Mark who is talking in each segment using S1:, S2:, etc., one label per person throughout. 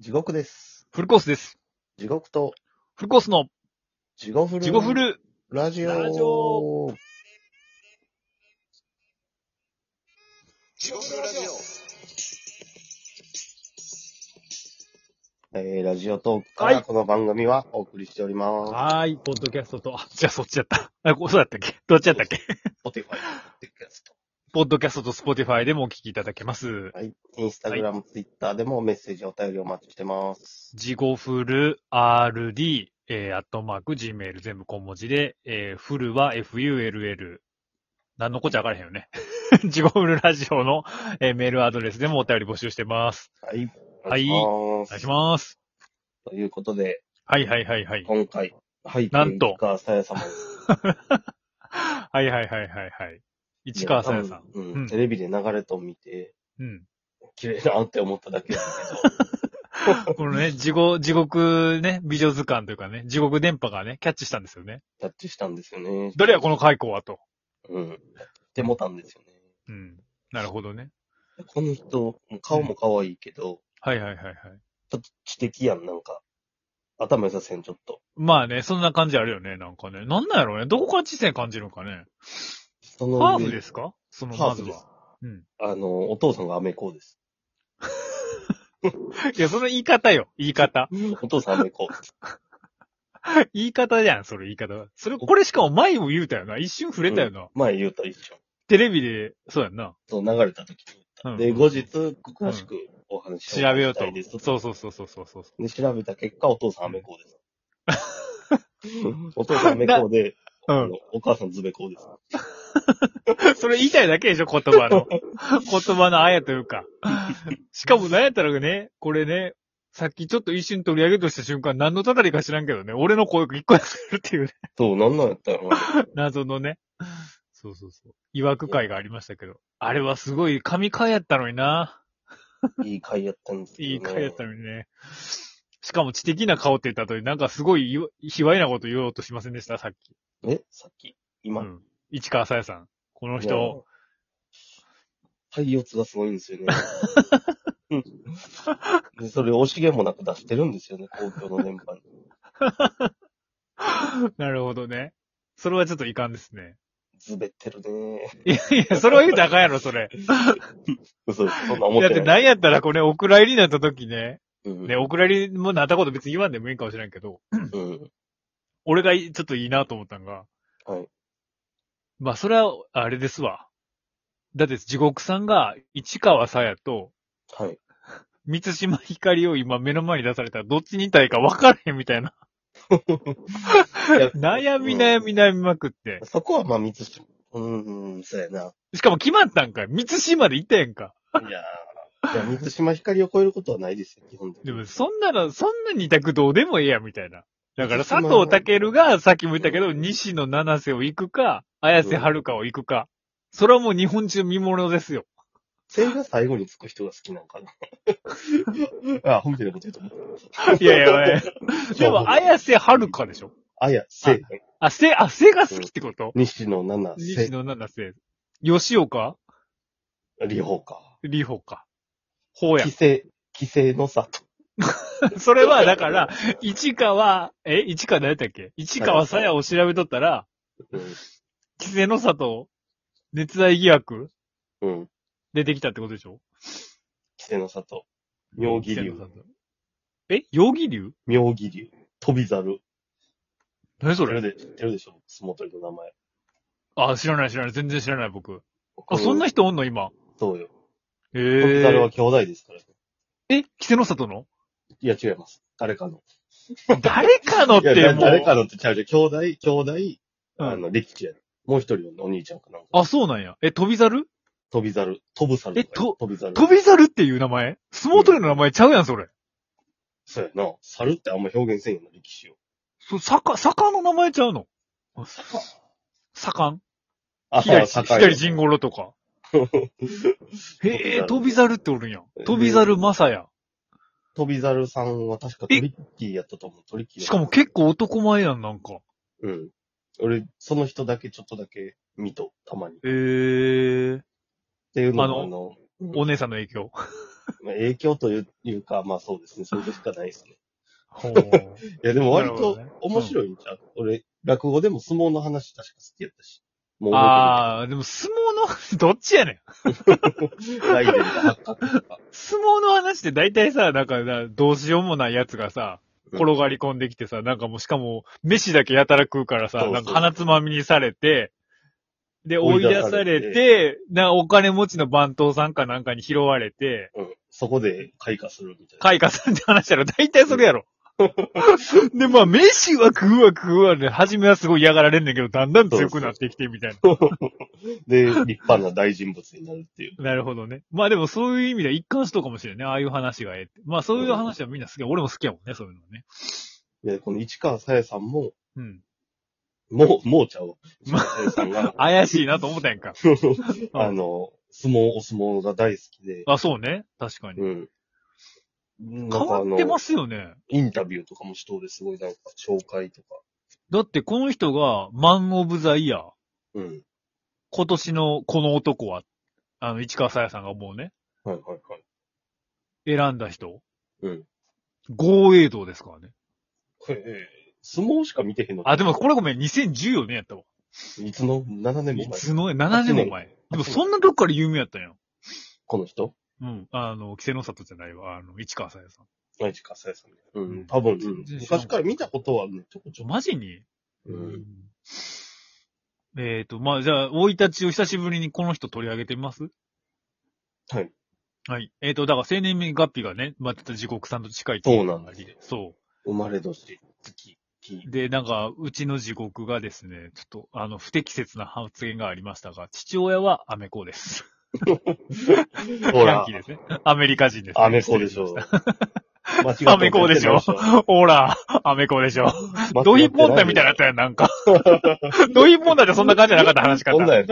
S1: 地獄です。
S2: フルコースです。
S1: 地獄と、
S2: フルコースの
S1: 地獄フル。
S2: 地獄フル。
S1: ラジオ。
S2: ラジオ
S1: 地獄フルラジオ。えー、ラジオトークか
S2: は
S1: ら
S2: い
S1: この番組はお送りしております。
S2: はーい、ポッドキャストと、あ、じゃあそっちだった。あ、こうそうだったっけどっちだったっけ
S1: ポテファイ、ポッドキャスト
S2: ポッドキャストとスポティファイでもお聞きいただけます。
S1: はい。インスタグラム、ツイッターでもメッセージ、お便りお待ちしてます。
S2: ジゴフル RD、えー、アットマーク、Gmail 全部小文字で、えー、フルは FULL。なんのこっちゃわからへんよね。 ジゴフルラジオの、えーメールアドレスでもお便り募集してます。
S1: はい。
S2: はい
S1: お
S2: お
S1: 願い
S2: 願い
S1: し
S2: し
S1: ます。
S2: ます。
S1: ということで、
S2: はいはいはいはい。
S1: 今回、はい。
S2: なんと
S1: 川さや様です。
S2: はいはいはいはいはい。市川さやさん。
S1: うん、
S2: うん
S1: テレビで流れと見て、
S2: うん。
S1: 綺麗だなって思っただけなんです
S2: このね、地獄、地獄ね、美女図鑑というかね、地獄電波がね、キャッチしたんですよね。
S1: タッチしたんですよね。
S2: 誰やこの解雇はと。
S1: うん。でもたんですよね。
S2: うん。なるほどね。
S1: この人、顔も可愛いけど、
S2: はいはいはいはい。
S1: ちょっと知的やん、なんか。頭良させん、ちょっと。
S2: まあね、そんな感じあるよね、なんかね。なんなんやろうね。どこから知性感じるんかね。
S1: その
S2: ハーフですかその、
S1: ハ
S2: ま
S1: ー
S2: ず
S1: フです
S2: は。。うん。
S1: あの、お父さんがアメコです。
S2: いや、その言い方よ。言い方。
S1: お父さんアメコ。
S2: 言い方じゃん、それ言い方。それ、これしかも前も言うたよな。一瞬触れたよな。
S1: 前言うた一緒。
S2: テレビで、そうやんな。
S1: そう、流れた時に
S2: う
S1: 言
S2: ん
S1: った。で、後日、詳しくお話を
S2: 調べようと
S1: したいです。。
S2: そうそうそうそうそうそう。
S1: で、調べた結果、お父さんアメコ です。お父さんアメコで、
S2: う
S1: あ
S2: ん
S1: の。お母さんズベコです。
S2: それ言いたいだけでしょ、言葉の。言葉のあやというか。しかもなんやったらね、これね、さっきちょっと一瞬取り上げとした瞬間、何のたたりか知らんけどね、俺の声が一個やってるっていうね、
S1: そう、なんなんやったよな。
S2: 謎のね。そうそうそう。いわく会がありましたけど。あれはすごい神会やったのにな。
S1: いい回やったんですけど、ね。
S2: いい会やったのにね。しかも知的な顔って言った後になんかすごい言わ卑猥なこと言おうとしませんでした、さっき。
S1: えさっき
S2: う
S1: 今、
S2: ん。市川さやさん。この
S1: いや
S2: 人、。
S1: はい、四つがすごいんです よね。うんでそれ、惜しげもなく出してるんですよね、公共の電波に。
S2: なるほどね。それはちょっと遺憾ですね。
S1: ずべってるね。
S2: いやいや、それは言うたらあかんやろ、それ。
S1: 嘘、そんな思っ
S2: だってて
S1: ない。
S2: なんやったらこれ、お蔵入りになった時ね。
S1: うん
S2: ね、お蔵入りもなったこと別に言わんでもいいんかもしれんけど、
S1: うん。
S2: 俺がいちょっといいなと思ったんが。
S1: はい。
S2: まあ、それは、あれですわ。だって、地獄さんが、市川さやと、
S1: はい。
S2: 三島ひかりを今目の前に出されたら、どっちにいたらいいか分からへんみたいな。 悩み悩み悩みまくって。
S1: そこは、まあ、三つし、うん、そうやな。
S2: しかも決まったんかい。三島で行ったやんか。
S1: いやーいや、三島ひかりを超えることはないですよ、基本的に。
S2: でも、そんなの、そんな二択どうでもええや、みたいな。だから、佐藤健が、さっきも言ったけど、西野七瀬を行くか、綾瀬はるかを行くか。それはもう日本中見物ですよ。
S1: 全員が最後につく人が好きなんかな。 あ、本当のこと言うと思う。
S2: いやいやい や。でも、綾瀬はるかでしょ
S1: あや、せ、
S2: あ、せ、あ、せが好きってこと
S1: 西野七瀬
S2: 西、野七瀬。吉岡
S1: リホか。
S2: 里穂か。ほうや
S1: 規。制、規制のさ、
S2: それは、だから、市川、え、市川誰やったっけ市川さやを調べとったら、
S1: う
S2: 木瀬の里、熱愛疑惑
S1: ん。うん。
S2: 出てきたってことでしょ
S1: 規制の里。妙義
S2: 稀
S1: 流。
S2: え容疑流
S1: 妙義流。飛び猿。
S2: 何そ
S1: 知ってる
S2: れ
S1: で、知ってるでしょ相撲取りの名前。
S2: あ、知らない知らない。全然知らない僕。あ、そんな
S1: 人
S2: 人おんの今。
S1: そうよ。
S2: え
S1: 飛び猿
S2: ー
S1: は、兄弟ですからね。
S2: え、稀勢の里の
S1: いや、違います。誰かの。
S2: 誰かのっ
S1: いや、
S2: て
S1: だ
S2: もう。
S1: 誰かのってちゃうじゃん。兄弟、兄弟、
S2: うん
S1: あの、力士やねもう一人のお兄ちゃんかなんか。
S2: あ、そうなんや。え、飛び猿
S1: 飛び猿。飛ぶ猿。
S2: えと
S1: 飛び猿。
S2: 飛び猿っていう名前相撲取りの名前ちゃうやん、それ。
S1: そうやな。猿ってあんま表現せんよな、力士を。
S2: そ、坂、坂の名前ちゃうの坂
S1: あ
S2: 左、
S1: 坂井
S2: 左陣五郎 とか。へえ、
S1: 飛
S2: 飛び猿っておるんや。飛び猿まさや。
S1: 飛び猿さんは確かトリッキーやったと思う。トリッキーだ
S2: しかも結構男前やん、なんか。
S1: うん。俺、その人だけちょっとだけ見と、たまに。っ
S2: ええー、
S1: ていうのも
S2: あの
S1: あの、
S2: お姉さんの影響。
S1: まあ、影響といういうか、まあそうですね。それしかない ですね。
S2: ほう。
S1: いや、でも割
S2: なる
S1: と
S2: ほどね
S1: 面白いんちゃう、俺、落語でも相撲の話確か好きやったし。もう覚
S2: ああ、でも相撲の、どっちやねん。
S1: えてない。ライデンが発 覚とか。
S2: 相撲の話って大体さ、なんかな、どうしようもないやつがさ、転がり込んできてさ、なんかもうしかも、飯だけやたら食うからさ
S1: そ、うそう
S2: なんか鼻つまみにされて、で、
S1: 追
S2: 追
S1: い
S2: い
S1: 出
S2: 出
S1: さ
S2: さ
S1: れ
S2: れ
S1: て
S2: て、な、お金持ちの番頭さんかなんかに拾われて、
S1: うん。そこで開花するみたいな。
S2: 開花さんって話やろ。大体それやろ。で、まあ、飯は食うわ食うわね、初めはすごい嫌がられんねんけど、だんだん強くなってきてみたいな。
S1: で、立派な大人物になるっていう。
S2: なるほどね。まあでもそういう意味では一貫しとうかもしれんね。ああいう話がええって。まあそういう話はみんな好きや。俺も好きやもんね、そういうのね。
S1: で、この市川さやさんも、
S2: うん。、
S1: もう、もうちゃうわ。市川さやさんが
S2: 怪しいなと思ったやんか。
S1: あの、相撲、お相撲が大好きで、
S2: あ、そうね。確かに。
S1: うん。なん
S2: 変
S1: かあ
S2: わ
S1: の
S2: って、ますよね。
S1: インタビューとかもしとうですごいなんか紹介とか。
S2: だってこの人がマンオブザイヤー。
S1: うん。
S2: 今年のこの男は、あの、市川さやさんが思うね。
S1: はいはいはい。
S2: 選んだ人。
S1: うん。
S2: 豪栄道ですからね。
S1: これ、えー相撲しか見てへんの
S2: あ、でもこれごめん、2014年やったわ。
S1: いつの ?7 年も
S2: い
S1: 前。
S2: つの、7年も前。でもそんなとこから有名やったんや。
S1: この人
S2: うん。あの、稀勢の里じゃないわ。あの、市川さやさん。
S1: 愛知かさやさんね。う。
S2: うんん
S1: 多分、
S2: 全然知らん
S1: 昔から見たことはね、ちょこち
S2: ち
S1: ょ
S2: ょ、
S1: こ。
S2: マジに
S1: うん。
S2: えっ、と、まあ、じゃあ、生い立ちを久しぶりにこの人取り上げてみます
S1: はい。
S2: はい。えっ、と、だから、生年月日がね、まあ、ちょっと地獄さんと近いってい
S1: そう
S2: う
S1: なんですよ。
S2: そ
S1: 生まれ年、月、月
S2: う。。で、なんか、うちの地獄がですね、ちょっと、あの、不適切な発言がありましたが、父親はアメコです。
S1: ほ
S2: ヤン
S1: ら
S2: キー、ですね。アメリカ人です、ね。
S1: アメコでしょ。間違って
S2: アメコでしょほら、アメコでしょ。ドイポンタみたいなやつやん、な んか。ドイポンタってそんな感じじゃなかった話し
S1: こんなん
S2: 方。
S1: やっ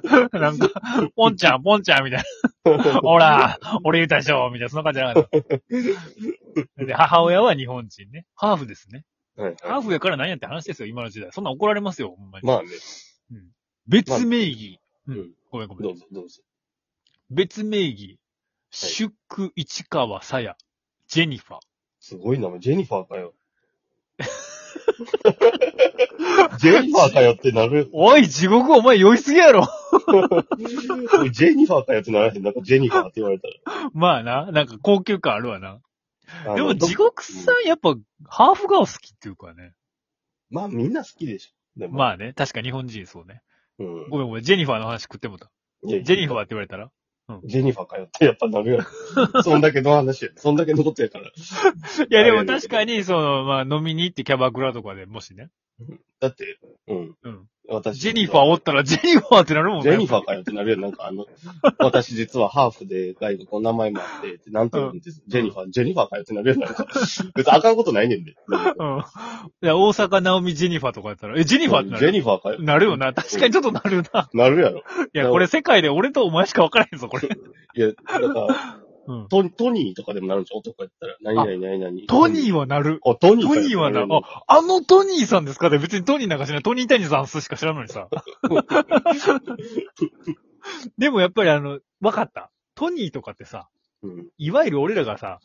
S1: たか
S2: なんか、ポンちゃん、ポンちゃんみたいな。
S1: な。
S2: ほら、俺言うたでしょ、みたいな、そんな感じじゃなか った。で、母親は日本人ね。ハーフですね。
S1: はい
S2: ハ
S1: は
S2: ーフやから何やって話ですよ、今の時代。そんな怒られますよ、ほんま
S1: い。
S2: に。
S1: まあね、
S2: 別名義。
S1: あ
S2: う
S1: うんん。
S2: ごめんごめ
S1: ど
S2: ん
S1: う。ぞどうぞ。
S2: 別名義。シュック、市川、さや、ジェニファー。
S1: すごい名前、ジェニファーか よ。ジェニファーかよってなる。
S2: おい、地獄お前酔いすぎやろ。
S1: おいジェニファーかよってならへん。なんかジェニファーって言われた
S2: まあな、なんか高級感あるわな。
S1: ら。
S2: で
S1: あ
S2: も
S1: のど
S2: 地獄さんやっぱハーフ顔好きっていうかね。
S1: まあみんな好きでしょ。でも、
S2: まあね、確か日本人そうね。
S1: うん
S2: ごめんごめん、ジェニファーの話食ってもうた。
S1: いや
S2: ジェニファーって言われたら
S1: ジェニファーかよってやっぱなるやろ。そんだけの話や。そんだけのことやから。
S2: いやでも確かに、その、まあ飲みに行ってキャバクラとかでもしね。
S1: だって、うん。
S2: うん。
S1: 私。
S2: ジェニファーおったらジェニファーってなるもん
S1: ジ
S2: ね。
S1: ェニファーかよってなるやん。なんかあ の、私実はハーフで外国の名前もあって、ってなんて言うんです、ジェニファー、ジェニファーかよってなるやん。なん か、別にあかんことないねんで。
S2: うん。いや、大阪直美ジェニファーとかやったら、え、ジェニファーってな
S1: ジェ
S2: る
S1: ニファーかよ。
S2: なるよな。確かにちょっとなるな。
S1: なるやろ。
S2: いや、これ世界で俺とお前しか分からへんぞ、これ。
S1: いや、だから、
S2: うん。
S1: トトニーとかでもなるんじゃん、男やったら。何々何々。
S2: トニーはなる。
S1: あ、トニー
S2: ト
S1: かよ
S2: ニーはな、
S1: る
S2: あ、あのトニーさんですかって別にトニーなんか知らない。トニー谷さんしか知らんのにさ。 でもやっぱりあの、わかった。トニーとかってさ、
S1: うん
S2: いわゆる俺らがさ、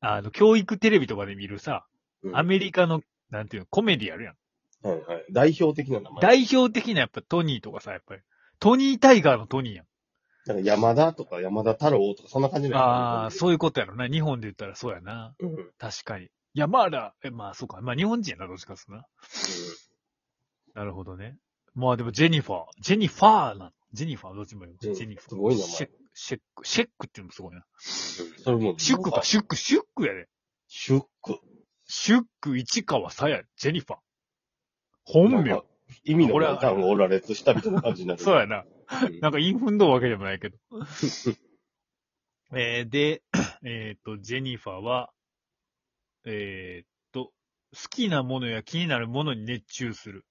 S2: あの、教育テレビとかで見るさ、
S1: うん
S2: アメリカの、なんていうの、コメディあるやん。
S1: はいはい。代表的な名前。
S2: 代表的なやっぱトニーとかさ、やっぱり。トニータイガーのトニーやん。
S1: なんか山田とか山田太郎とか、そんな感じだよね
S2: ああ、そういうことやろな。日本で言ったらそうやな。
S1: うん。うん
S2: 確かに。いや、まあだ、えまあそうか。まあ日本人やな、どっちかっすな。なるほどね。まあでもジェニファー。ジェニファーな。ジェニファーどっちも言う。
S1: うん
S2: ジェニファー。
S1: すごい名前
S2: シェック、シェック、シェックっていうのもすごいな。
S1: それも。
S2: シュックか、。シュック、シュックやで。
S1: シュック。
S2: シュック、市川、さや、ジェニファー。本
S1: なん
S2: 名
S1: か。意味のない単語を羅列したみたいな感じになる。
S2: そうやな。
S1: うん。
S2: なんかインフンドうわけでもないけど。 えー、で、 えっ、と、ジェニファーは、えっ、と、好きなものや気になるものに熱中する。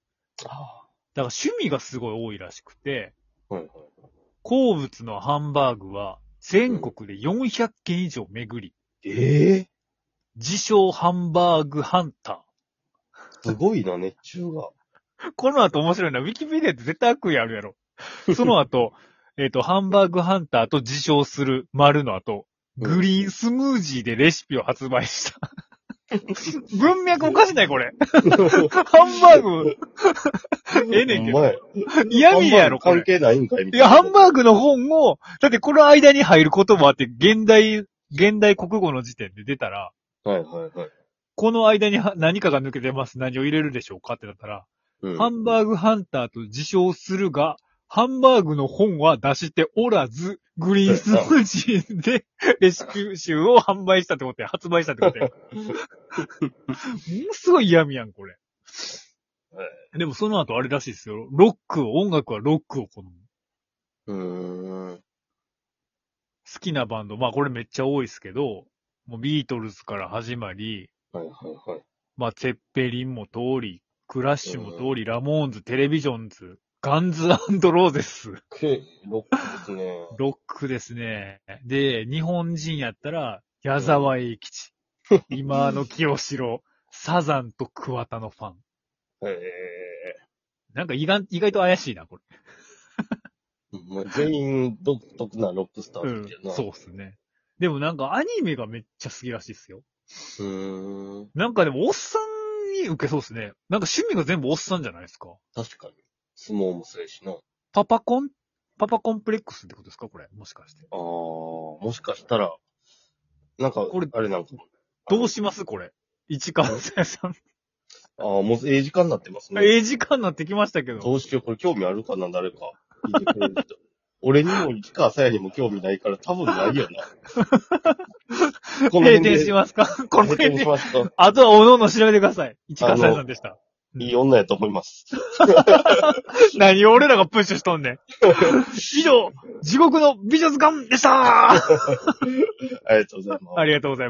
S1: あ
S2: だから趣味がすごい多いらしくて、
S1: ーはいはい。
S2: 好物のハンバーグは全国で400件以上巡り、
S1: ええ
S2: 自称ハンバーグハンタ
S1: すごいな、熱中が。
S2: ー。この後面白いな。ウィキペディアって絶対悪意ある やろ。その後、えっ、と、ハンバーグハンターと自称する丸の後、グリーンスムージーでレシピを発売した。文脈おかしないこれ。 ハンバーグ。ええねんけど
S1: お前。
S2: 嫌味やろ、こ
S1: 関
S2: れ。
S1: 係ないんかいみ
S2: い
S1: たいな。
S2: や、ハンバーグの本を、だってこの間に入ることもあって、現代、現代国語の時点で出たら、
S1: はいはいはい。
S2: この間には何かが抜けてます。何を入れるでしょうかってなったら、
S1: うん
S2: ハンバーグハンターと自称するが、ハンバーグの本は出しておらず、グリーンスムージーで レシピ集を販売したってことや、発売したってことや。 ものすごい嫌味やん、これ。でもその後あれらしいですよ。ロックを、音楽はロックを好む。
S1: うーん。
S2: 好きなバンド、まあこれめっちゃ多いですけど、もうビートルズから始まり、
S1: はいはいはい。
S2: まあツェッペリンも通り、クラッシュも通り、ラモーンズ、テレビジョンズ、ガンズローゼス。
S1: け、ロックですね。
S2: ロックですね。で、日本人やったら、矢沢永 吉、今の清志郎、サザンと桑田のファン。
S1: へ
S2: なんか意外意外と怪しいな、これ。
S1: え。まあ、全員独特なロックスターっていう
S2: う
S1: な。
S2: ん。そうっすね。でもなんかアニメがめっちゃ好きらしいっすよ。
S1: う。うーん。
S2: なんかでもおっさんに受けそうっすね。なんか趣味が全部おっさんじゃないですか。
S1: 確かに。相撲もするしな。あ
S2: パパコン、パパコンプレックスってことですかこれ。もしかして。
S1: あ、もしかしたら、なんか、
S2: これ
S1: あれなんかも。
S2: どうしますこれ。市川さん。
S1: ああ、もうええ時間になってますね。
S2: ええ時間になってきましたけど。
S1: どうしよう、これ興味あるかな、誰か。聞いてくれる人俺にも、市川さやにも興味ないから、多分ないよ な。この
S2: 閉
S1: 辺
S2: 店
S1: で
S2: しますか この
S1: 閉
S2: 辺
S1: 店
S2: で
S1: し。ますか。
S2: あとは、おのおの調べてください。市川さやさんでした。
S1: いい女やと思います。
S2: 何を俺らがプッシュしとんねん。以上、地獄の美女図鑑でしたあ
S1: ありがとうございます。
S2: りがとうございます。